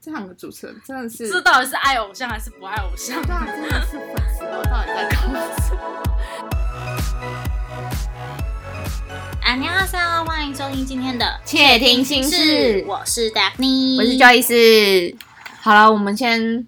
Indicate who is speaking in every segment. Speaker 1: 这两个主持人真的是，
Speaker 2: 这到底是爱偶像还是不爱偶像？
Speaker 1: 对啊，真的是粉丝都到底在搞什么？
Speaker 2: 안녕하세요，欢迎收听今天的
Speaker 1: 窃听心事
Speaker 2: 我是 Daphne，
Speaker 1: 我是焦医师。好了，我们先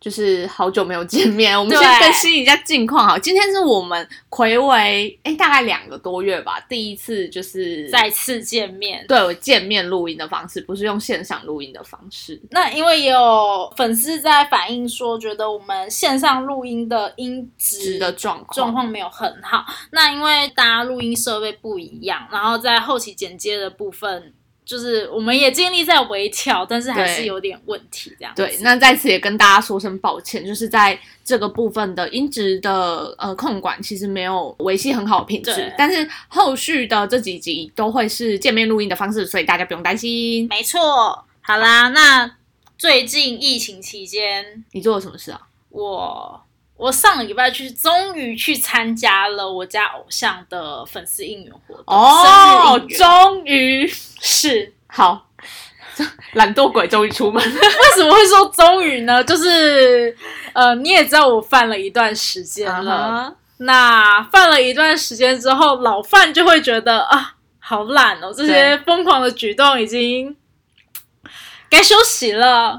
Speaker 1: 就是好久没有见面，我们
Speaker 2: 对
Speaker 1: 先更新一下近况好。今天是我们暌违哎大概两个多月吧，第一次就是
Speaker 2: 再次见面。
Speaker 1: 对我见面录音的方式，不是用线上录音的方式。
Speaker 2: 那因为也有粉丝在反映说，觉得我们线上录音的音质
Speaker 1: 值的状况，
Speaker 2: 状况没有很好。那因为大家录音设备不一样，然后在后期剪接的部分，就是我们也尽力在微调，但是还是
Speaker 1: 对
Speaker 2: 有点问题这样子。
Speaker 1: 对，那在此也跟大家说声抱歉，就是在这个部分的音质的呃控管，其实没有维系很好的品
Speaker 2: 对
Speaker 1: 质。但是后续的这几集都会是见面录音的方式，所以大家不用担心。
Speaker 2: 没错。好啦，那最近疫情期间，
Speaker 1: 你做了什么事啊？
Speaker 2: 我我上个礼拜去，终于去参加了我家偶像的粉丝应援活动，生日应援
Speaker 1: 哦终于
Speaker 2: 是。
Speaker 1: 好，懒惰鬼终于出门。
Speaker 2: 为什么会说终于呢？就是呃，你也知道我犯了一段时间
Speaker 1: 啊
Speaker 2: 了。那犯了一段时间之后，老范就会觉得啊，好懒哦，这些
Speaker 1: 对
Speaker 2: 疯狂的举动已经该休息了。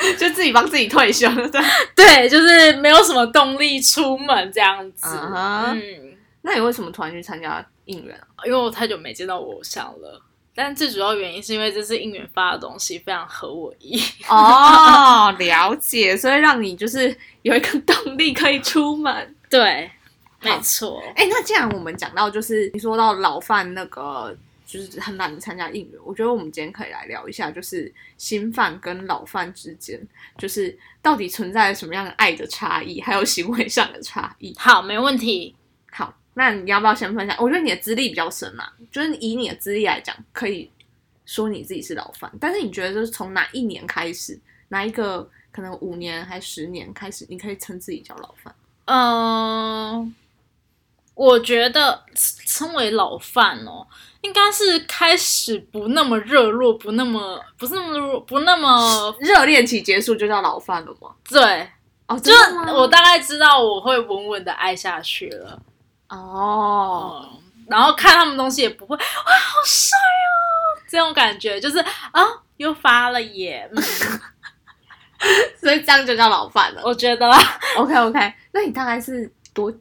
Speaker 1: 就自己帮自己退休了。对
Speaker 2: 对，就是没有什么动力出门这样子。
Speaker 1: 嗯哼
Speaker 2: 嗯，
Speaker 1: 那你为什么突然去参加应援啊？
Speaker 2: 因为我太久没见到我偶像了。但最主要原因是因为这次应援发的东西非常合我意，
Speaker 1: 哦，了解，所以让你就是有一个动力可以出门。
Speaker 2: 对，
Speaker 1: 好
Speaker 2: 没错，
Speaker 1: 哎、那既然我们讲到，就是你说到老范那个，就是很懒得参加应援，我觉得我们今天可以来聊一下，就是新范跟老范之间，就是到底存在什么样的爱的差异，还有行为上的差异。
Speaker 2: 好，没问题。
Speaker 1: 好，那你要不要先分享？我觉得你的资历比较深啊，就是以你的资历来讲，可以说你自己是老范，但是你觉得就是从哪一年开始，哪一个可能五年还十年开始，你可以称自己叫老范？
Speaker 2: 嗯，我觉得称为老范哦，应该是开始不那么热络，不那么不是那么热不那么
Speaker 1: 热恋期结束就叫老范了吗？
Speaker 2: 对，
Speaker 1: 哦，
Speaker 2: 就
Speaker 1: 真的吗
Speaker 2: 我大概知道我会稳稳的爱下去了。
Speaker 1: 哦，
Speaker 2: 哦，然后看他们东西也不会，哇，好帅哦，这种感觉就是啊，又发了耶，嗯
Speaker 1: 所以这样就叫老范 了。
Speaker 2: 我觉得啦，
Speaker 1: OK OK，那你大概是多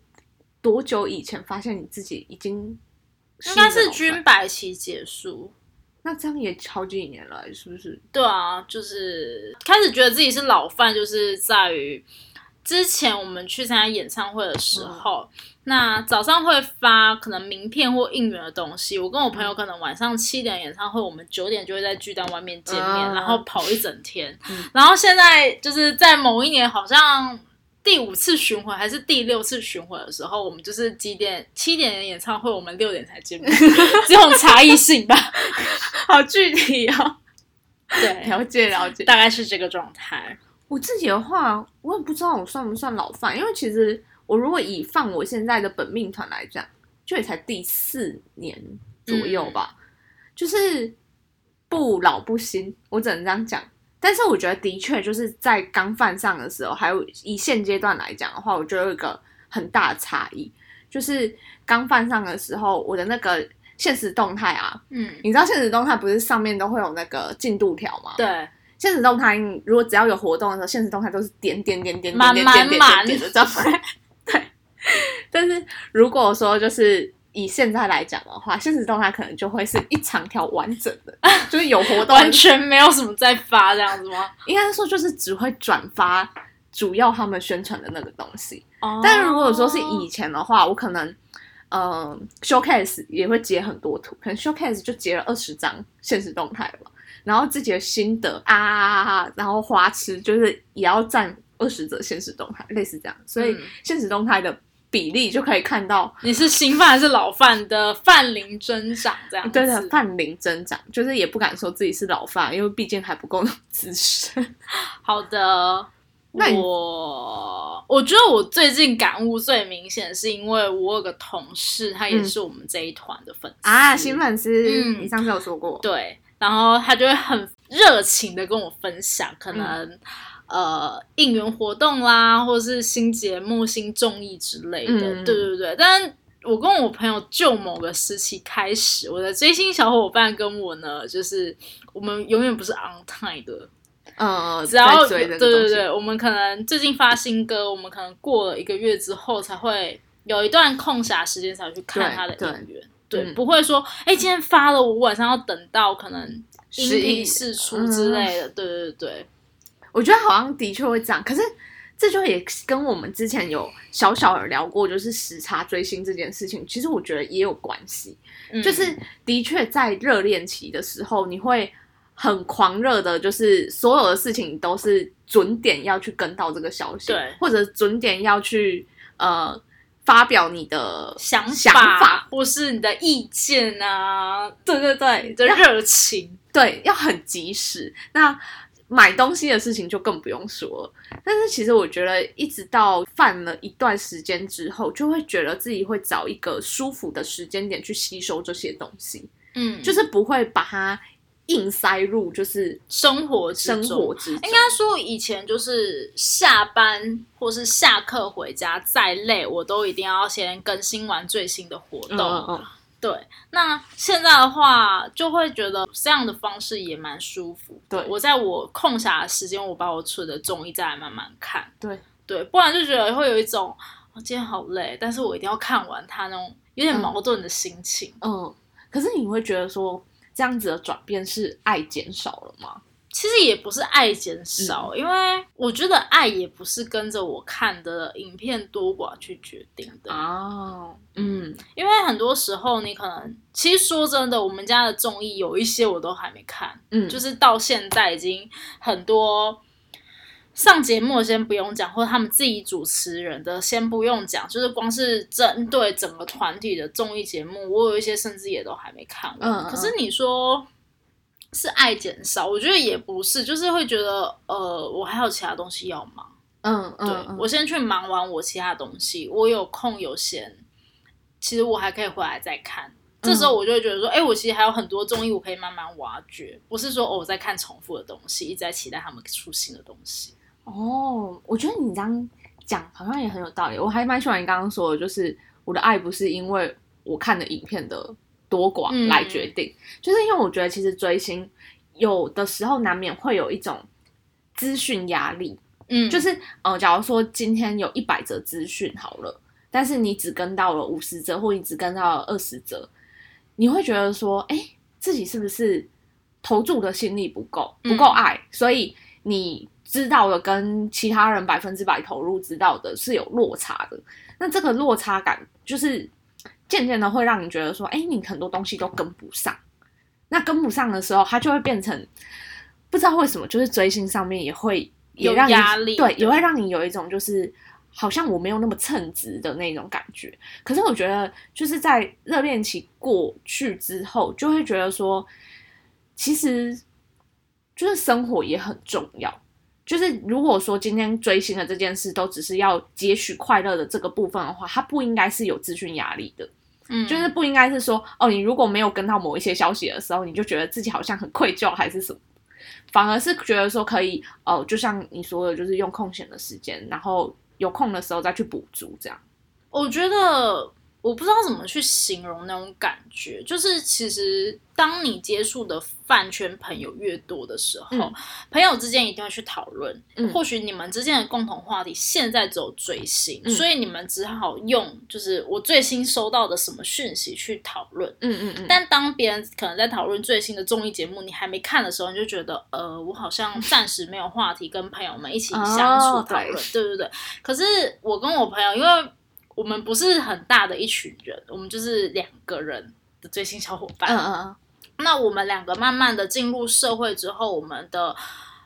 Speaker 1: 多久以前发现你自己已经
Speaker 2: 应
Speaker 1: 一
Speaker 2: 该
Speaker 1: 个
Speaker 2: 是
Speaker 1: 老范
Speaker 2: 军？白旗结束，
Speaker 1: 那这样也好几年了，是不是？
Speaker 2: 对啊，就是开始觉得自己是老范，就是在于之前我们去参加演唱会的时
Speaker 1: 嗯
Speaker 2: 候，那早上会发可能名片或应援的东西。我跟我
Speaker 1: 嗯
Speaker 2: 朋友可能晚上七点演唱会，我们九点就会在巨蛋外面见面，
Speaker 1: 嗯
Speaker 2: 然后跑一整天。
Speaker 1: 嗯
Speaker 2: 然后现在就是在某一年好像。第五次巡回还是第六次巡回的时候，我们就是几点七点的演唱会，我们六点才 见面，这种差异性吧？
Speaker 1: 好具体哦，
Speaker 2: 对，
Speaker 1: 了解了解。
Speaker 2: 大概是这个状态。
Speaker 1: 我自己的话，我也不知道我算不算老范，因为其实我如果以放我现在的本命团来讲，就也才第四年左右吧，就是不老不新，我只能这样讲。但是我觉得的确就是在刚犯上的时候，还有以现阶段来讲的话，我觉得有一个很大的差异，就是刚犯上的时候，我的那个现实动态啊，
Speaker 2: 嗯，
Speaker 1: 你知道现实动态不是上面都会有那个进度条吗？
Speaker 2: 对，
Speaker 1: 现实动态如果只要有活动的时候，现实动态都是点点点点
Speaker 2: 满
Speaker 1: 点点点点
Speaker 2: 满
Speaker 1: 点点的状态。 对，但是如果说就是以现在来讲的话，现实动态可能就会是一长条完整 的，就是有活动，
Speaker 2: 完全没有什么在发这样 子吗？
Speaker 1: 应该说就是只会转发主要他们宣传的那个东西。
Speaker 2: 哦
Speaker 1: 但如果说是以前的话，我可能。嗯，showcase 也会截很多图，可能 showcase 就截了二十张现实动态吧，然后自己的心得啊然后花痴就是也要占二十则现实动态，类似这样，所以
Speaker 2: 嗯
Speaker 1: 现实动态的比例就可以看到，
Speaker 2: 你是新犯还是老犯的范龄增长这样子？
Speaker 1: 对的，范龄增长，就是也不敢说自己是老范，因为毕竟还不够资深。
Speaker 2: 好的。
Speaker 1: 那你
Speaker 2: 我我觉得我最近感悟最明显，是因为我有个同事，他也
Speaker 1: 嗯
Speaker 2: 是我们这一团的粉丝
Speaker 1: 啊，新粉丝，
Speaker 2: 嗯
Speaker 1: 你上次有说过，
Speaker 2: 对，然后他就会很热情的跟我分享，可能、
Speaker 1: 嗯
Speaker 2: 呃应援活动啦，或是新节目、新综艺之类的，
Speaker 1: 嗯
Speaker 2: 对对对。但我跟我朋友就某个时期开始，我的追星小伙伴跟我呢，就是我们永远不是 on time 的，
Speaker 1: 呃，
Speaker 2: 只要
Speaker 1: 在追
Speaker 2: 对
Speaker 1: 这个
Speaker 2: 对
Speaker 1: 东西，
Speaker 2: 对，我们可能最近发新歌，我们可能过了一个月之后才会有一段空暇时间才会去看
Speaker 1: 对
Speaker 2: 他的
Speaker 1: 对
Speaker 2: 音源，对，
Speaker 1: 嗯
Speaker 2: 不会说哎、诶今天发了，我晚上要等到可能音
Speaker 1: 十一
Speaker 2: 频释出
Speaker 1: 嗯
Speaker 2: 之类的，对对对，
Speaker 1: 我觉得好像的确会这样，可是这就也跟我们之前有小小的聊过，就是时差追星这件事情，其实我觉得也有关系。
Speaker 2: 嗯
Speaker 1: 就是的确在热恋期的时候，你会很狂热的，就是所有的事情都是准点要去跟到这个消息，
Speaker 2: 对
Speaker 1: 或者准点要去呃发表你的
Speaker 2: 想法
Speaker 1: 想法，
Speaker 2: 或是你的意见啊，对对对，的热情，
Speaker 1: 对，要很及时。那买东西的事情就更不用说了。但是其实我觉得，一直到犯了一段时间之后，就会觉得自己会找一个舒服的时间点去吸收这些东西，
Speaker 2: 嗯，
Speaker 1: 就是不会把它硬塞入就是
Speaker 2: 生活之
Speaker 1: 生
Speaker 2: 中
Speaker 1: 活之中。
Speaker 2: 哎应该说以前就是下班或是下课回家，再累我都一定要先更新完最新的活动。
Speaker 1: 嗯嗯嗯
Speaker 2: 对，那现在的话就会觉得这样的方式也蛮舒服的。
Speaker 1: 对
Speaker 2: 我在我空暇的时间，我把我存的综艺再来慢慢看。
Speaker 1: 对
Speaker 2: 对，不然就觉得会有一种我、哦今天好累，但是我一定要看完它那种有点
Speaker 1: 嗯
Speaker 2: 矛盾的心情。
Speaker 1: 嗯。可是你会觉得说这样子的转变是爱减少了吗？
Speaker 2: 其实也不是爱减
Speaker 1: 嗯
Speaker 2: 少，因为我觉得爱也不是跟着我看的影片多寡去决定的。哦
Speaker 1: 啊，嗯
Speaker 2: 因为很多时候你可能，其实说真的，我们家的综艺有一些我都还没看，
Speaker 1: 嗯，
Speaker 2: 就是是到现在已经很多。上节目先不用讲，或者他们自己主持人的先不用讲，就是光是针对整个团体的综艺节目，我有一些甚至也都还没看完。
Speaker 1: 嗯嗯
Speaker 2: 可是你说是爱减少，我觉得也不是，就是会觉得呃，我还有其他东西要忙。
Speaker 1: 嗯嗯
Speaker 2: 对，
Speaker 1: 嗯
Speaker 2: 我先去忙完我其他东西，我有空有闲，其实我还可以回来再看。这时候我就会觉得说，哎、我其实还有很多综艺我可以慢慢挖掘，不是说哦我在看重复的东西，一直在期待他们出新的东西。
Speaker 1: 哦，我觉得你这样讲好像也很有道理。我还蛮喜欢你刚刚说的，就是我的爱不是因为我看的影片的多寡来决定，就是因为我觉得其实追星有的时候难免会有一种资讯压力，
Speaker 2: 嗯，
Speaker 1: 就是呃，假如说今天有一百则资讯好了，但是你只跟到了五十则，或你只跟到了二十则，你会觉得说，哎、自己是不是投注的心力不够，不够
Speaker 2: 嗯
Speaker 1: 爱，所以你知道的跟其他人百分之百投入知道的是有落差的。那这个落差感就是渐渐的会让你觉得说，哎、你很多东西都跟不上。那跟不上的时候，它就会变成不知道为什么，就是追星上面也会也
Speaker 2: 有
Speaker 1: 让你
Speaker 2: 压力
Speaker 1: 对，
Speaker 2: 对
Speaker 1: 也会让你有一种就是好像我没有那么称职的那种感觉。可是我觉得就是在热恋期过去之后，就会觉得说，其实就是生活也很重要。就是如果说今天追星的这件事都只是要截取快乐的这个部分的话，它不应该是有资讯压力的。
Speaker 2: 嗯
Speaker 1: 就是不应该是说哦，你如果没有跟到某一些消息的时候，你就觉得自己好像很愧疚还是什么，反而是觉得说可以哦、就像你说的，就是用空闲的时间，然后有空的时候再去补足这样。
Speaker 2: 我觉得我不知道怎么去形容那种感觉，就是其实当你接触的饭圈朋友越多的时候，
Speaker 1: 嗯
Speaker 2: 朋友之间一定会去讨论，
Speaker 1: 嗯
Speaker 2: 或许你们之间的共同话题现在只有追星，
Speaker 1: 嗯
Speaker 2: 所以你们只好用就是我最新收到的什么讯息去讨论。
Speaker 1: 嗯嗯嗯，
Speaker 2: 但当别人可能在讨论最新的综艺节目，你还没看的时候，你就觉得，呃，我好像暂时没有话题跟朋友们一起相处
Speaker 1: 哦
Speaker 2: 讨论，
Speaker 1: 对
Speaker 2: 对对对。可是我跟我朋友，因为我们不是很大的一群人，我们就是两个人的最新小伙伴，
Speaker 1: 嗯嗯嗯，
Speaker 2: 那我们两个慢慢的进入社会之后，我们的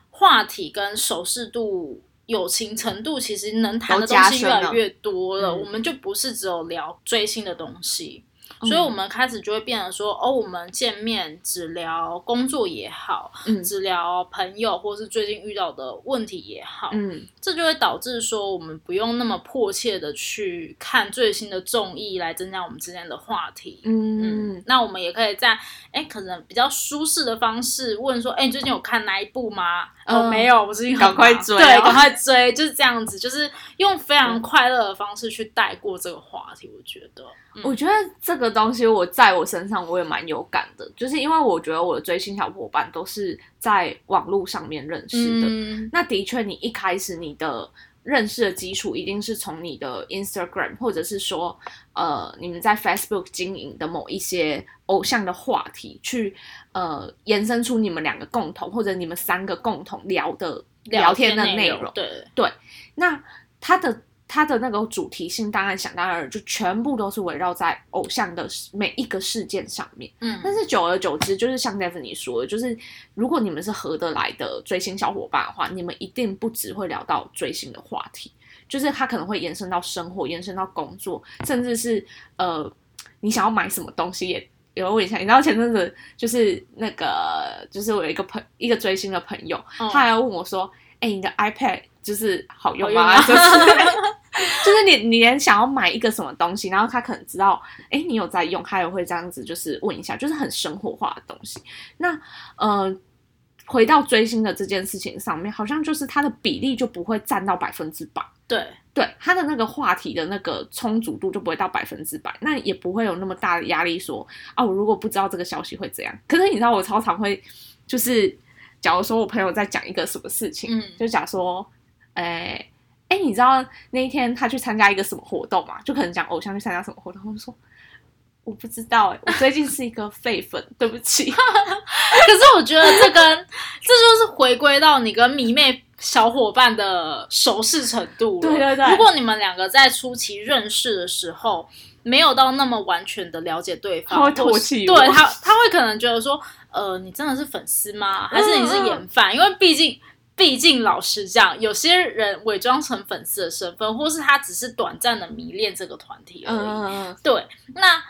Speaker 2: 话题跟熟视度、友情程度，其实能谈的东西越来越多了。
Speaker 1: 都加深了嗯
Speaker 2: 我们就不是只有聊追星的东西，
Speaker 1: 嗯
Speaker 2: 所以我们开始就会变得说，哦，我们见面只聊工作也好，
Speaker 1: 嗯
Speaker 2: 只聊朋友或是最近遇到的问题也好，
Speaker 1: 嗯
Speaker 2: 这就会导致说，我们不用那么迫切的去看最新的综艺来增加我们之间的话题。
Speaker 1: 嗯嗯
Speaker 2: 那我们也可以在哎可能比较舒适的方式问说，哎，你最近有看哪一部吗？哦，
Speaker 1: 嗯
Speaker 2: 没有，我最近很忙
Speaker 1: 赶快追哦
Speaker 2: 对，赶快追，就是这样子，就是用非常快乐的方式去带过这个话题，我觉得，嗯
Speaker 1: 我觉得这个东西我在我身上我也蛮有感的，就是因为我觉得我的追星小伙伴都是在网络上面认识的。
Speaker 2: 嗯
Speaker 1: 那的确，你一开始你的认识的基础一定是从你的 Instagram，或者是说，呃，你们在 Facebook 经营的某一些偶像的话题，去呃延伸出你们两个共同或者你们三个共同聊的聊天的内
Speaker 2: 内
Speaker 1: 容。
Speaker 2: 对，
Speaker 1: 那它的它的那个主题性，当然想当然尔就全部都是围绕在偶像的每一个事件上面。
Speaker 2: 嗯，
Speaker 1: 但是久而久之，就是像 d e v i n 你说的，就是如果你们是合得来的追星小伙伴的话，你们一定不只会聊到追星的话题，就是它可能会延伸到生活，延伸到工作，甚至是呃，你想要买什么东西也。有人问一下，你知道前阵子就是那个，就是我有一个朋一个追星的朋友，
Speaker 2: 嗯
Speaker 1: 他还要问我说：“哎、你的 iPad 就是好用吗？”
Speaker 2: 好
Speaker 1: 就
Speaker 2: 用啊吗
Speaker 1: 是 就是你你连想要买一个什么东西，然后他可能知道，哎、你有在用，他也会这样子就是问一下，就是很生活化的东西。那呃，回到追星的这件事情上面，好像就是它的比例就不会占到百分之百。
Speaker 2: 对，
Speaker 1: 对他的那个话题的那个充足度就不会到百分之百，那也不会有那么大的压力说啊，我如果不知道这个消息会怎样。可是你知道，我超常会就是，假如说我朋友在讲一个什么事情，
Speaker 2: 嗯
Speaker 1: 就假说，哎、哎、你知道那一天他去参加一个什么活动嘛？就可能讲偶像去参加什么活动，我就说我不知道、哎，我最近是一个废粉，对不起。
Speaker 2: 可是我觉得这跟 这就是回归到你跟迷妹小伙伴的熟识程度了。
Speaker 1: 对对对
Speaker 2: 如果你们两个在初期认识的时候，没有到那么完全的了解对方，
Speaker 1: 他会唾
Speaker 2: 或是
Speaker 1: 弃
Speaker 2: 对
Speaker 1: 我
Speaker 2: 他，他会可能觉得说，呃，你真的是粉丝吗？还是你是
Speaker 1: 嗯
Speaker 2: 演fan？因为毕竟。毕竟，老实讲，有些人伪装成粉丝的身份，或是他只是短暂的迷恋这个团体而已。
Speaker 1: 嗯，
Speaker 2: 对，那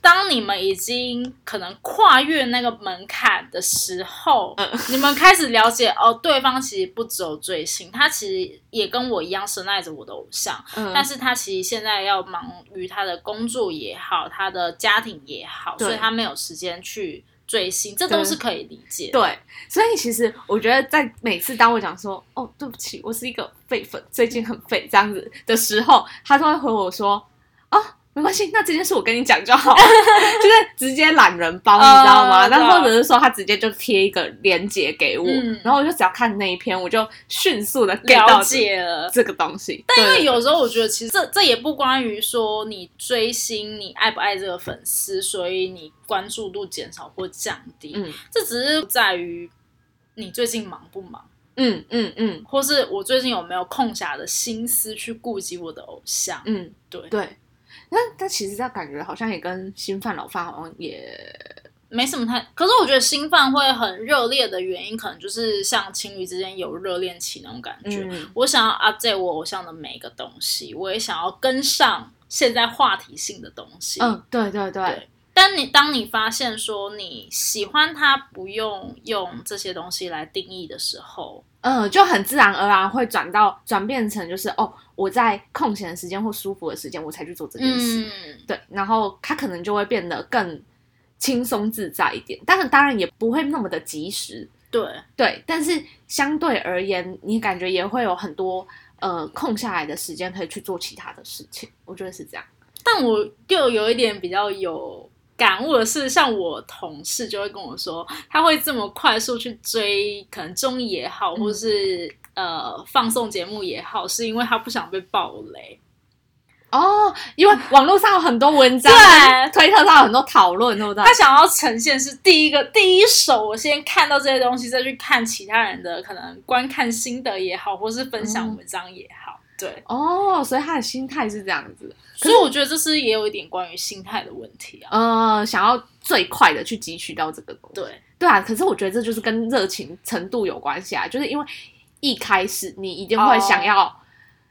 Speaker 2: 当你们已经可能跨越那个门槛的时候，
Speaker 1: 嗯
Speaker 2: 你们开始了解哦，对方其实不只有追星，他其实也跟我一样深爱着我的偶像，
Speaker 1: 嗯
Speaker 2: 但是他其实现在要忙于他的工作也好，他的家庭也好，
Speaker 1: 对
Speaker 2: 所以他没有时间去追星，这都是可以理解的。
Speaker 1: 对，所以其实我觉得，在每次当我讲说“哦，对不起，我是一个废粉，最近很废”这样子的时候，他都会回我说：“哦，没关系，那这件事我跟你讲就好了。” 就是直接懒人包，你知道吗？
Speaker 2: 哦
Speaker 1: 那、
Speaker 2: 对
Speaker 1: 或者是说他直接就贴一个链接给我，
Speaker 2: 嗯
Speaker 1: 然后我就只要看那一篇，我就迅速的 get
Speaker 2: 了
Speaker 1: 到
Speaker 2: 解了，
Speaker 1: 这个东西。但
Speaker 2: 因为有时候我觉得，其实这这也不关于说你追星，你爱不爱这个粉丝，所以你关注度减少或降低，
Speaker 1: 嗯
Speaker 2: 这只是在于你最近忙不忙，
Speaker 1: 嗯嗯嗯
Speaker 2: 或是我最近有没有空暇的心思去顾及我的偶像。
Speaker 1: 嗯，
Speaker 2: 对，
Speaker 1: 对。那但其实这样感觉好像也跟新饭老饭好像也
Speaker 2: 没什么太。可是我觉得新饭会很热烈的原因，可能就是像情侣之间有热恋期那种感觉。
Speaker 1: 嗯
Speaker 2: 我想要 update 我偶像的每一个东西，我也想要跟上现在话题性的东西。
Speaker 1: 嗯对对对
Speaker 2: 对但你当你发现说你喜欢他，不用用这些东西来定义的时候，
Speaker 1: 嗯，就很自然而然会转到转变成就是哦，我在空闲的时间或舒服的时间，我才去做这件事。
Speaker 2: 嗯，
Speaker 1: 对，然后他可能就会变得更轻松自在一点，但是当然也不会那么的及时。
Speaker 2: 对，
Speaker 1: 对，但是相对而言，你感觉也会有很多呃空下来的时间可以去做其他的事情，我觉得是这样。
Speaker 2: 但我又有一点比较有感悟的是，像我同事就会跟我说，他会这么快速去追，可能综艺也好，
Speaker 1: 嗯
Speaker 2: 或是呃放送节目也好，是因为他不想被暴雷。
Speaker 1: 哦，因为网络上有很多文章，
Speaker 2: 对
Speaker 1: 推特上有很多讨论，对不对？
Speaker 2: 他想要呈现是第一个第一手，我先看到这些东西，再去看其他人的可能观看心得也好，或是分享
Speaker 1: 嗯
Speaker 2: 文章也好，对。
Speaker 1: 哦，所以他的心态是这样子的。
Speaker 2: 所以我觉得这是也有一点关于心态的问题啊。
Speaker 1: 呃，想要最快的去汲取到这个东西。
Speaker 2: 对，
Speaker 1: 对啊，可是我觉得这就是跟热情程度有关系啊，就是因为一开始你一定会想要，
Speaker 2: 哦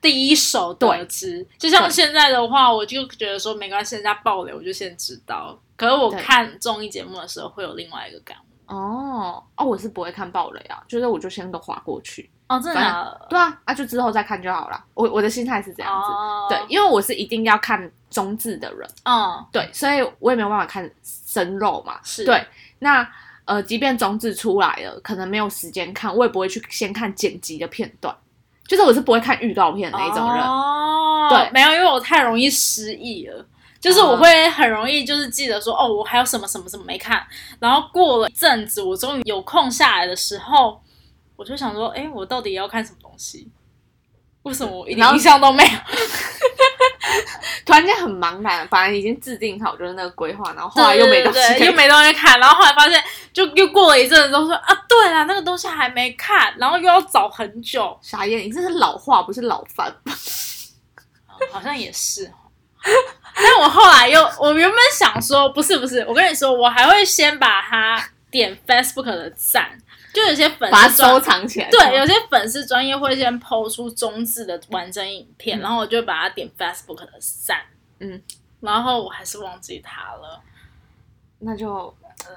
Speaker 2: 第一手得知，就像
Speaker 1: 对
Speaker 2: 现在的话，我就觉得说没关系，人家爆雷我就先知道。可是我
Speaker 1: 对
Speaker 2: 看综艺节目的时候会有另外一个感悟，
Speaker 1: 哦哦，我是不会看暴雷啊，就是我就先都划过去。
Speaker 2: 哦，真的假的？
Speaker 1: 对啊，啊就之后再看就好了。我我的心态是这样子，
Speaker 2: 哦
Speaker 1: 对，，因为我是一定要看中字的人，
Speaker 2: 嗯，
Speaker 1: 对，所以我也没有办法看生肉嘛。
Speaker 2: 是
Speaker 1: 对，那呃，即便中字出来了，可能没有时间看，我也不会去先看剪辑的片段，就是我是不会看预告片的那一种人。
Speaker 2: 哦，
Speaker 1: 对嗯
Speaker 2: 没有，因为我太容易失忆了。就是我会很容易就是记得说哦，我还有什么什么什么没看，然后过了一阵子，我终于有空下来的时候，我就想说，哎，我到底要看什么东西？为什么我一
Speaker 1: 然
Speaker 2: 点
Speaker 1: 后
Speaker 2: 印 象都没有？
Speaker 1: 突然间很茫然，本来已经制定好就是那个规划，然后后来又没东西
Speaker 2: 对对
Speaker 1: 可
Speaker 2: 对
Speaker 1: 以
Speaker 2: 又没东西看，然后后来发现就又过了一阵子，都说啊，对啦，那个东西还没看，然后又要找很久，
Speaker 1: 傻眼，你这是老话不是老 番。
Speaker 2: 好像也是哦。但我后来又，我原本想说，不是不是，我跟你说，我还会先把它点 Facebook 的赞，就有些粉丝
Speaker 1: 把它
Speaker 2: 专
Speaker 1: 收藏起来。
Speaker 2: 对，有些粉丝专业会先抛出中字的完整影片，
Speaker 1: 嗯
Speaker 2: 然后我就把它点 Facebook 的赞，
Speaker 1: 嗯，
Speaker 2: 然后我还是忘记它了。
Speaker 1: 那就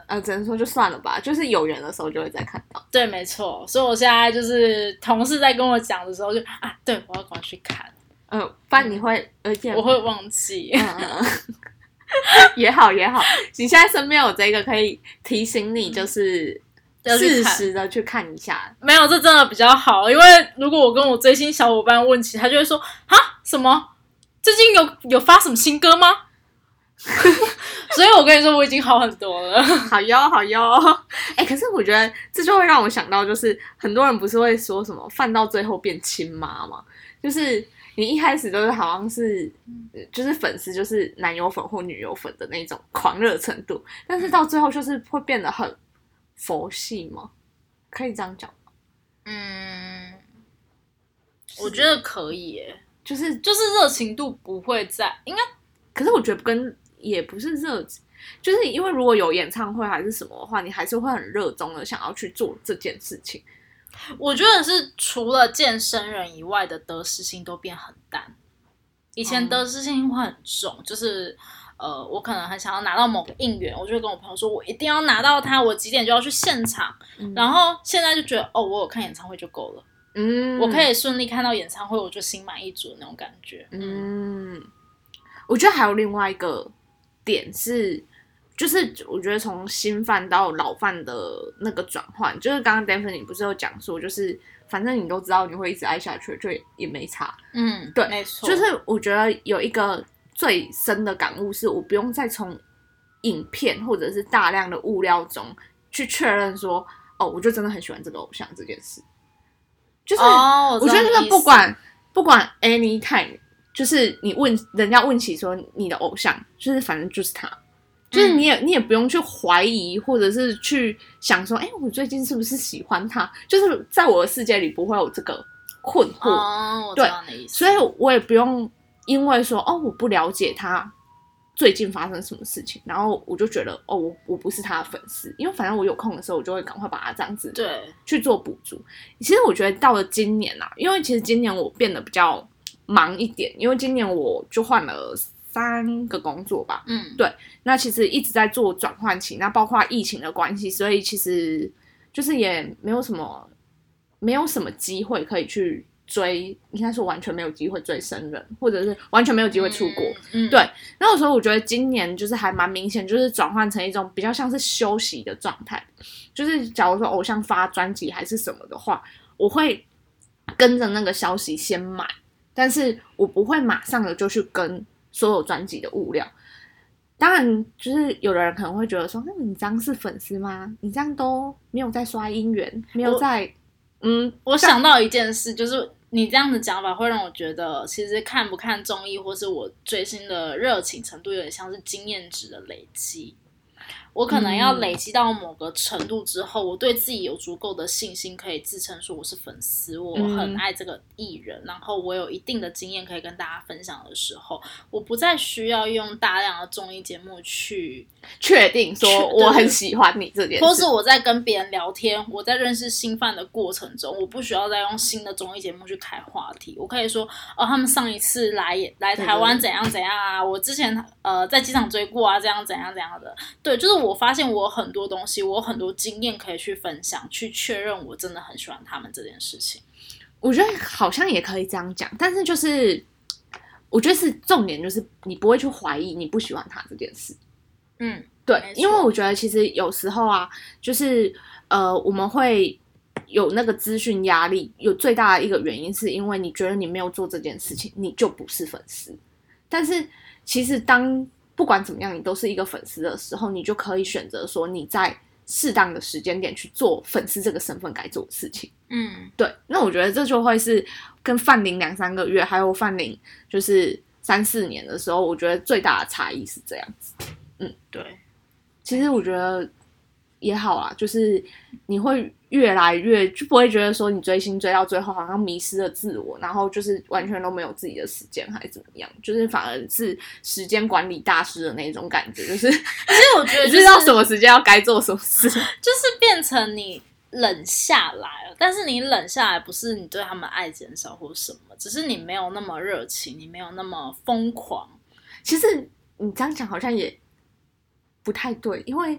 Speaker 1: 呃，只能说就算了吧。就是有缘的时候就会再看到。
Speaker 2: 对，没错，所以我现在就是同事在跟我讲的时候就，啊，对我要赶快去看，
Speaker 1: 呃，不然你会而且
Speaker 2: 我会忘记。
Speaker 1: 嗯嗯嗯 也好也好，你现在身边有这个可以提醒你，就是
Speaker 2: 嗯要去
Speaker 1: 适
Speaker 2: 看
Speaker 1: 时的去看一下。
Speaker 2: 没有，这真的比较好，因为如果我跟我追星小伙伴问起，他就会说啊什么，最近有有发什么新歌吗？ 所以我跟你说，我已经好很多 了。
Speaker 1: 好哟好哟，哎、可是我觉得这就会让我想到，就是很多人不是会说什么饭到最后变亲妈嘛，就是。你一开始都是好像是，
Speaker 2: 嗯
Speaker 1: 呃就是粉丝就是男友粉或女友粉的那种狂热程度，但是到最后就是会变得很佛系嘛，可以这样讲吗，
Speaker 2: 嗯，我觉得可以耶，
Speaker 1: 就是
Speaker 2: 就是热情度不会在，应该
Speaker 1: 可是我觉得跟也不是热，就是因为如果有演唱会还是什么的话，你还是会很热衷的想要去做这件事情。
Speaker 2: 我觉得是除了健身人以外的得失心都变很淡。以前
Speaker 1: 嗯
Speaker 2: 得失心会很重，就是呃，我可能很想要拿到某个应援，我就会跟我朋友说，我一定要拿到它，我几点就要去现场。然后现在就觉得，哦，我有看演唱会就够了，
Speaker 1: 嗯，
Speaker 2: 我可
Speaker 1: 以，
Speaker 2: 以顺利看到演唱会，我就心满意足那种感觉。嗯
Speaker 1: 嗯，我觉得还有另外一个点是。就是我觉得从新饭到老饭的那个转换，就是刚刚 d a v i d 你不是有讲说，就是反正你都知道你会一直爱下去，就也也没差。
Speaker 2: 嗯，
Speaker 1: 对
Speaker 2: 没错，
Speaker 1: 就是我觉得有一个最深的感悟是，我不用再从影片或者是大量的物料中去确认说，哦，我就真的很喜欢这个偶像这件事。就是、
Speaker 2: 哦，
Speaker 1: 我
Speaker 2: 知
Speaker 1: 觉
Speaker 2: 道
Speaker 1: 得
Speaker 2: 你
Speaker 1: 真
Speaker 2: 的
Speaker 1: 的
Speaker 2: 意
Speaker 1: 不
Speaker 2: 思
Speaker 1: 管不管 anytime，就是你问人家问起说你的偶像，就是反正就是他。
Speaker 2: 嗯
Speaker 1: 就是你也你也不用去怀疑，或者是去想说，哎、我最近是不是喜欢他？就是在我的世界里不会有这个困惑。
Speaker 2: 哦，我知道你的意思，
Speaker 1: 所以我也不用因为说哦我不了解他最近发生什么事情，然后我就觉得哦我我不是他的粉丝，因为反正我有空的时候我就会赶快把他这样子
Speaker 2: 对，
Speaker 1: 去做补足。其实我觉得到了今年啊，因为其实今年我变得比较忙一点，因为今年我就换了三个工作吧，
Speaker 2: 嗯，
Speaker 1: 那其实一直在做转换期，那包括疫情的关系，所以其实就是也没有什么没有什么机会可以去追，应该说完全没有机会追生人，或者是完全没有机会出国。
Speaker 2: 嗯，嗯，
Speaker 1: 对那有时候我觉得今年就是还蛮明显，就是转换成一种比较像是休息的状态，就是假如说偶像发专辑还是什么的话，我会跟着那个消息先买，但是我不会马上的就去跟所有专辑的物料。当然，就是有的人可能会觉得说，那嗯你这样是粉丝吗？你这样都没有在刷音源，没有
Speaker 2: 我
Speaker 1: 在，嗯，
Speaker 2: 我想到一件事，就是你这样的讲法会让我觉得，其实看不看综艺，或是我追星的热情程度，有点像是经验值的累积。我可能要
Speaker 1: 嗯
Speaker 2: 累积到某个程度之后，我对自己有足够的信心，可以自称说我是粉丝，我很
Speaker 1: 嗯
Speaker 2: 爱这个艺人，然后我有一定的经验可以跟大家分享的时候，我不再需要用大量的综艺节目去
Speaker 1: 确定
Speaker 2: 确
Speaker 1: 说我
Speaker 2: 对
Speaker 1: 很
Speaker 2: 对
Speaker 1: 喜欢你这件
Speaker 2: 或
Speaker 1: 事
Speaker 2: 是。我在跟别人聊天，我在认识新饭的过程中，我不需要再用新的综艺节目去开话题，我可以说哦，他们上一次来也来
Speaker 1: 对对
Speaker 2: 台湾
Speaker 1: 对
Speaker 2: 怎样怎样啊，我之前呃在机场追过啊，这样怎样怎样的，对，就是我发现我有很多东西，我有很多经验可以去分享，去确认我真的很喜欢他们这件事情。
Speaker 1: 我觉得好像也可以这样讲，但是就是我觉得是重点，就是你不会去怀疑你不喜欢他这件事。
Speaker 2: 嗯，
Speaker 1: 对
Speaker 2: 没，错
Speaker 1: 因为我觉得其实有时候啊，就是呃，我们会有那个资讯压力，有最大的一个原因是因为你觉得你没有做这件事情，你就不是粉丝。但是其实当不管怎么样，你都是一个粉丝的时候，你就可以选择说你在适当的时间点去做粉丝这个身份该做的事情。
Speaker 2: 嗯，
Speaker 1: 对，那我觉得这就会是跟范林两三个月，还有范林就是三四年的时候，我觉得最大的差异是这样。嗯
Speaker 2: 对，
Speaker 1: 其实我觉得也好啦，就是你会越来越就不会觉得说你追星追到最后好像迷失了自我，然后就是完全都没有自己的时间还是怎么样，就是反而是时间管理大师的那种感觉，就是
Speaker 2: 其实我觉得、
Speaker 1: 你
Speaker 2: 就
Speaker 1: 知
Speaker 2: 是、
Speaker 1: 道什么时间要该做什么事。
Speaker 2: 就是变成你冷下来了，但是你冷下来不是你对他们爱减少或什么，只是你没有那么热情，你没有那么疯狂。
Speaker 1: 其实你这样讲好像也不太对，因为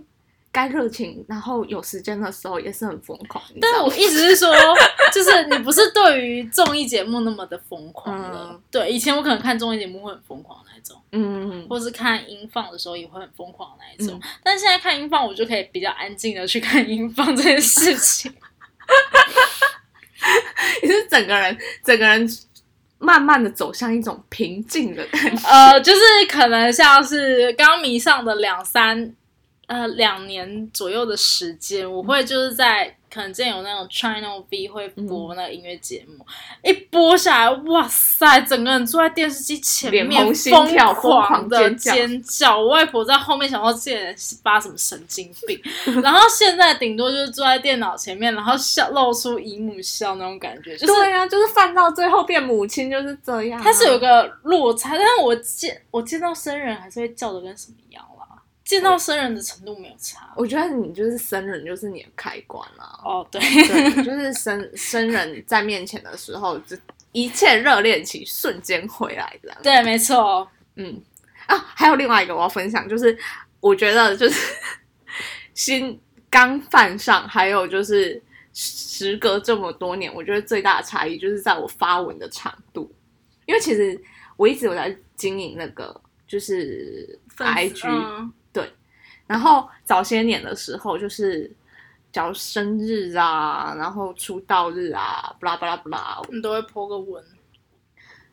Speaker 1: 该热情，然后有时间的时候也是很疯狂。你知
Speaker 2: 但
Speaker 1: 道
Speaker 2: 我
Speaker 1: 吗
Speaker 2: 意思是 说，就是你不是对于综艺节目那么的疯狂了。
Speaker 1: 嗯
Speaker 2: 对，以前我可能看综艺节目会很疯狂的那种，
Speaker 1: 嗯，
Speaker 2: 或是看英放的时候也会很疯狂的那一种。但现在看英放，我就可以比较安静的去看英放这件事情。
Speaker 1: 你是整个人整个人慢慢的走向一种平静的感觉。
Speaker 2: 呃，就是可能像是刚迷上的两三呃两年左右的时间，我会就是在可能之前有那种 Channel V 会
Speaker 1: 嗯
Speaker 2: 播那个音乐节目，一播下来，哇塞，整个人坐在电视机前面
Speaker 1: 脸红心跳
Speaker 2: 狂
Speaker 1: 疯狂
Speaker 2: 的
Speaker 1: 尖叫
Speaker 2: 尖叫。我外婆在后面想到这人是发什么神经病，然后现在顶多就是坐在电脑前面，然后笑露出姨母笑那种感觉，就是
Speaker 1: 对啊，就是犯到最后变母亲就是这样啊、
Speaker 2: 它是有个落差，但是我见我见到生人还是会叫的跟什么一样啦，见到生人的程度没有差。
Speaker 1: 我觉得你就是生人，就是你的开关啊。
Speaker 2: 哦，对，
Speaker 1: 对，就是生生人在面前的时候，就一切热恋期瞬间回来这样。
Speaker 2: 对，没错，
Speaker 1: 嗯啊，还有另外一个我要分享，就是我觉得就是 新刚犯上，还有就是时隔这么多年，我觉得最大的差异就是在我发文的长度，因为其实我一直有在经营那个就是
Speaker 2: 粉丝
Speaker 1: IG，、
Speaker 2: 嗯
Speaker 1: 然后早些年的时候，就是假如生日啊，然后出道日啊，巴拉巴拉巴拉，
Speaker 2: 你都会 po 个文，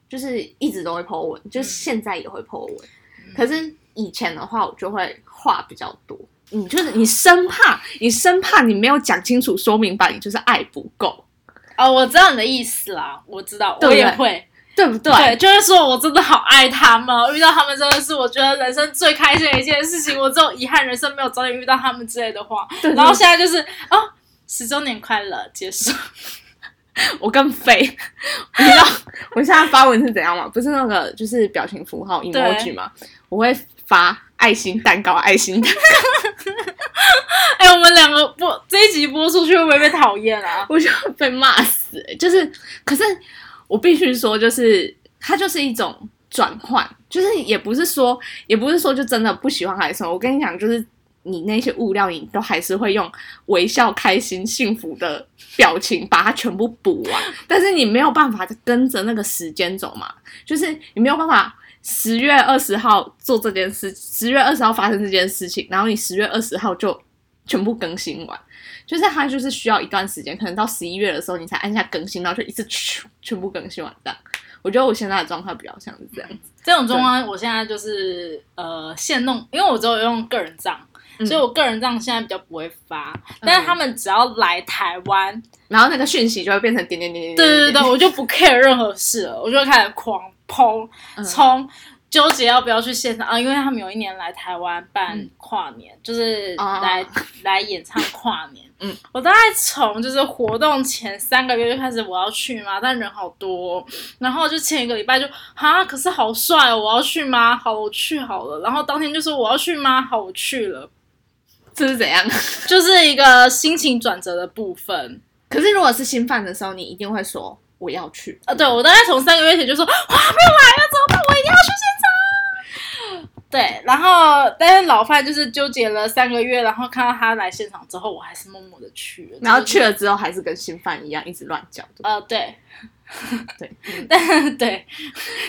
Speaker 1: 就是一直都会 po 文，就是
Speaker 2: 嗯
Speaker 1: 现在也会 po 文。
Speaker 2: 嗯
Speaker 1: 可是以前的话，我就会话比较多。你就是你生怕，你生怕你没有讲清楚、说明白，你就是爱不够，
Speaker 2: 哦，我知道你的意思啦，我知道，
Speaker 1: 对
Speaker 2: 我
Speaker 1: 不对
Speaker 2: 也会，
Speaker 1: 对不对？
Speaker 2: 对，就是说我真的好爱他们，遇到他们真的是我觉得人生最开心的一件事情，我只有遗憾人生没有早点遇到他们之类的话，
Speaker 1: 对
Speaker 2: 然后现在就是哦，十周年快乐，结束，
Speaker 1: 我更废，你知道我现在发文是怎样吗？不是那个就是表情符号 emoji 吗？我会发爱心蛋糕、爱心蛋糕，
Speaker 2: 哎、我们两个播这一集播出去会不会被讨厌啊？
Speaker 1: 我就会被骂死、欸就是，可是我必须说，就是它就是一种转换，就是也不是说，也不是说就真的不喜欢还是什么。我跟你讲，就是你那些物料，你都还是会用微笑、开心、幸福的表情把它全部补完，但是你没有办法跟着那个时间走嘛，就是你没有办法。十月二十号做这件事，十月二十号发生这件事情，然后你十月二十号就全部更新完，就是它就是需要一段时间，可能到十一月的时候你才按下更新，然后就一次咻全部更新完这样。我觉得我现在的状态比较像是这样，
Speaker 2: 这种状况，我现在就是呃现弄，因为我只有用个人账，
Speaker 1: 嗯
Speaker 2: 所以我个人账现在比较不会发。但是他们只要来台湾，
Speaker 1: 然后那个讯息就会变成点点点点点
Speaker 2: 对对
Speaker 1: 点。
Speaker 2: 对，我就不 care 任何事了，我就开始狂抛，
Speaker 1: 嗯
Speaker 2: 从纠结要不要去现场啊，因为他们有一年来台湾办
Speaker 1: 嗯
Speaker 2: 跨年，就是
Speaker 1: 哦
Speaker 2: 来、来演唱跨年。
Speaker 1: 嗯，
Speaker 2: 我大概从就是活动前三个月就开始我要去嘛，但人好多哦、然后就前一个礼拜就啊，可是好帅哦，我要去吗？好，我去好了。然后当天就说我要去吗？好，我去了，
Speaker 1: 这是怎样？
Speaker 2: 就是一个心情转折的部分。
Speaker 1: 可是如果是新犯的时候，你一定会说我要去。
Speaker 2: 呃啊，对我大概从三个月前就说哇，没有来了，怎么办？我一定要去现场。对，然后但是老范就是纠结了三个月，然后看到他来现场之后，我还是默默的去了，
Speaker 1: 然后
Speaker 2: 就是
Speaker 1: 去了之后还是跟新犯一样一直乱叫，对
Speaker 2: 呃，对，
Speaker 1: 对，
Speaker 2: 但对，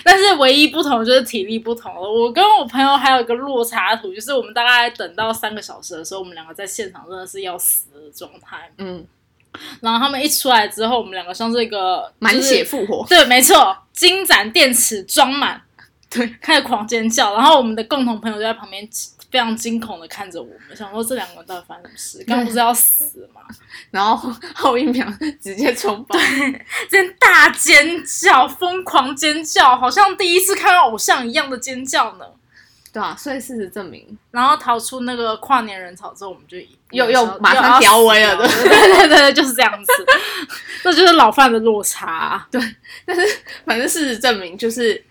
Speaker 2: 但是唯一不同就是体力不同了。我跟我朋友还有一个落差图，就是我们大概等到三个小时的时候，我们两个在现场真的是要死的状态。
Speaker 1: 嗯，
Speaker 2: 然后他们一出来之后，我们两个像是一个
Speaker 1: 满
Speaker 2: 就是
Speaker 1: 血复活，
Speaker 2: 对，没错，金盏电池装满，
Speaker 1: 对，
Speaker 2: 开始狂尖叫。然后我们的共同朋友就在旁边非常惊恐的看着我们，想说这两个人到底发生什么事？刚刚不是要死吗？
Speaker 1: 然后后后一秒直接冲爆，
Speaker 2: 真大尖叫，疯狂尖叫，好像第一次看到偶像一样的尖叫呢。
Speaker 1: 对啊，所以事实证明，
Speaker 2: 然后逃出那个跨年人潮之后，我们就
Speaker 1: 又
Speaker 2: 有时候
Speaker 1: 又马上调位了
Speaker 2: 又要死对对对对，就是这样子，这就是老范的落差。
Speaker 1: 反正事实证明就是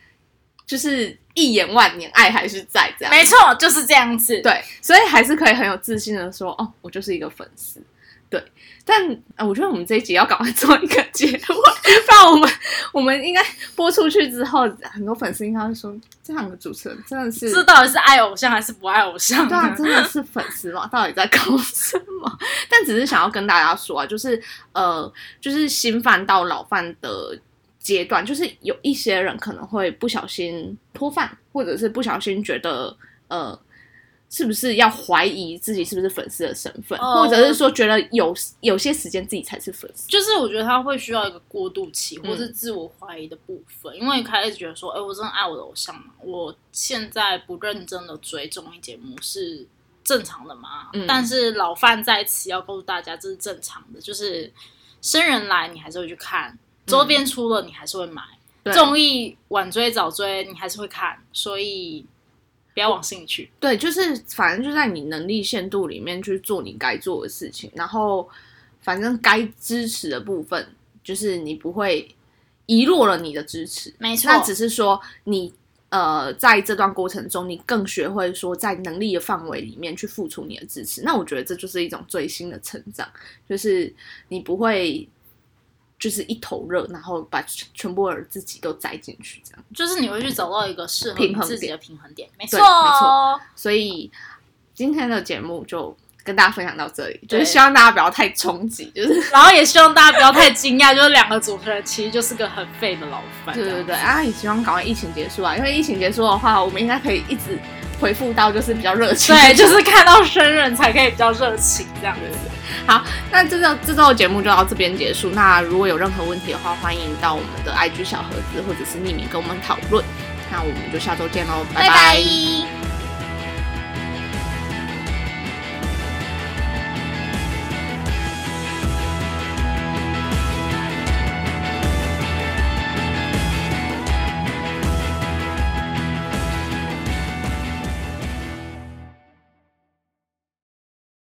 Speaker 1: 就是一眼万年，爱还是在这样，
Speaker 2: 没错，就是这样子。
Speaker 1: 对，所以还是可以很有自信的说，哦，我就是一个粉丝。对，但、呃我觉得我们这一集要赶快做一个结论， 不然我们我们应该播出去之后，很多粉丝应该会说，这两个主持人真的是，
Speaker 2: 这到底是爱偶像还是不爱偶像
Speaker 1: 对啊，
Speaker 2: 呢？
Speaker 1: 真的是粉丝嘛？到底在搞什么？但只是想要跟大家说啊，就是呃，就是新犯到老犯的阶段，就是有一些人可能会不小心脱饭，或者是不小心觉得呃，是不是要怀疑自己是不是粉丝的身份，
Speaker 2: 哦
Speaker 1: 或者是说觉得有有些时间自己才是粉丝。
Speaker 2: 就是我觉得他会需要一个过渡期，
Speaker 1: 嗯
Speaker 2: 或是自我怀疑的部分，因为一开始觉得说，哎、我真的爱我的偶像吗？我现在不认真的追综艺节目是正常的吗？
Speaker 1: 嗯
Speaker 2: 但是老范在此要告诉大家，这是正常的，就是生人来你还是会去看，周边出了你还是会买，
Speaker 1: 嗯对
Speaker 2: 综艺晚追早追你还是会看，所以不要往心里去。
Speaker 1: 对，就是反正就在你能力限度里面去做你该做的事情，然后反正该支持的部分，就是你不会遗落了你的支持。
Speaker 2: 没错，
Speaker 1: 那只是说你呃，在这段过程中，你更学会说在能力的范围里面去付出你的支持。那我觉得这就是一种最新的成长，就是你不会就是一头热，然后把全全部的自己都栽进去这样。
Speaker 2: 就是你会去找到一个适合
Speaker 1: 平
Speaker 2: 你
Speaker 1: 衡
Speaker 2: 自己
Speaker 1: 点
Speaker 2: 的平衡点。没
Speaker 1: 对
Speaker 2: 错，
Speaker 1: 没错所以今天的节目就跟大家分享到这里，就
Speaker 2: 对
Speaker 1: 是希望大家不要太冲击，就是
Speaker 2: 然后也希望大家不要太惊讶，就是两个主持人其实就是个很废的老范。
Speaker 1: 对对对啊，也希望赶快疫情结束啊，因为疫情结束的话，我们应该可以一直回复到就是比较热情。
Speaker 2: 对，就是看到生人才可以比较热情这样子。
Speaker 1: 那这周这周的节目就到这边结束。那如果有任何问题的话，欢迎到我们的 IG 小盒子或者是匿名跟我们讨论。那我们就下周见喽，拜拜
Speaker 2: 拜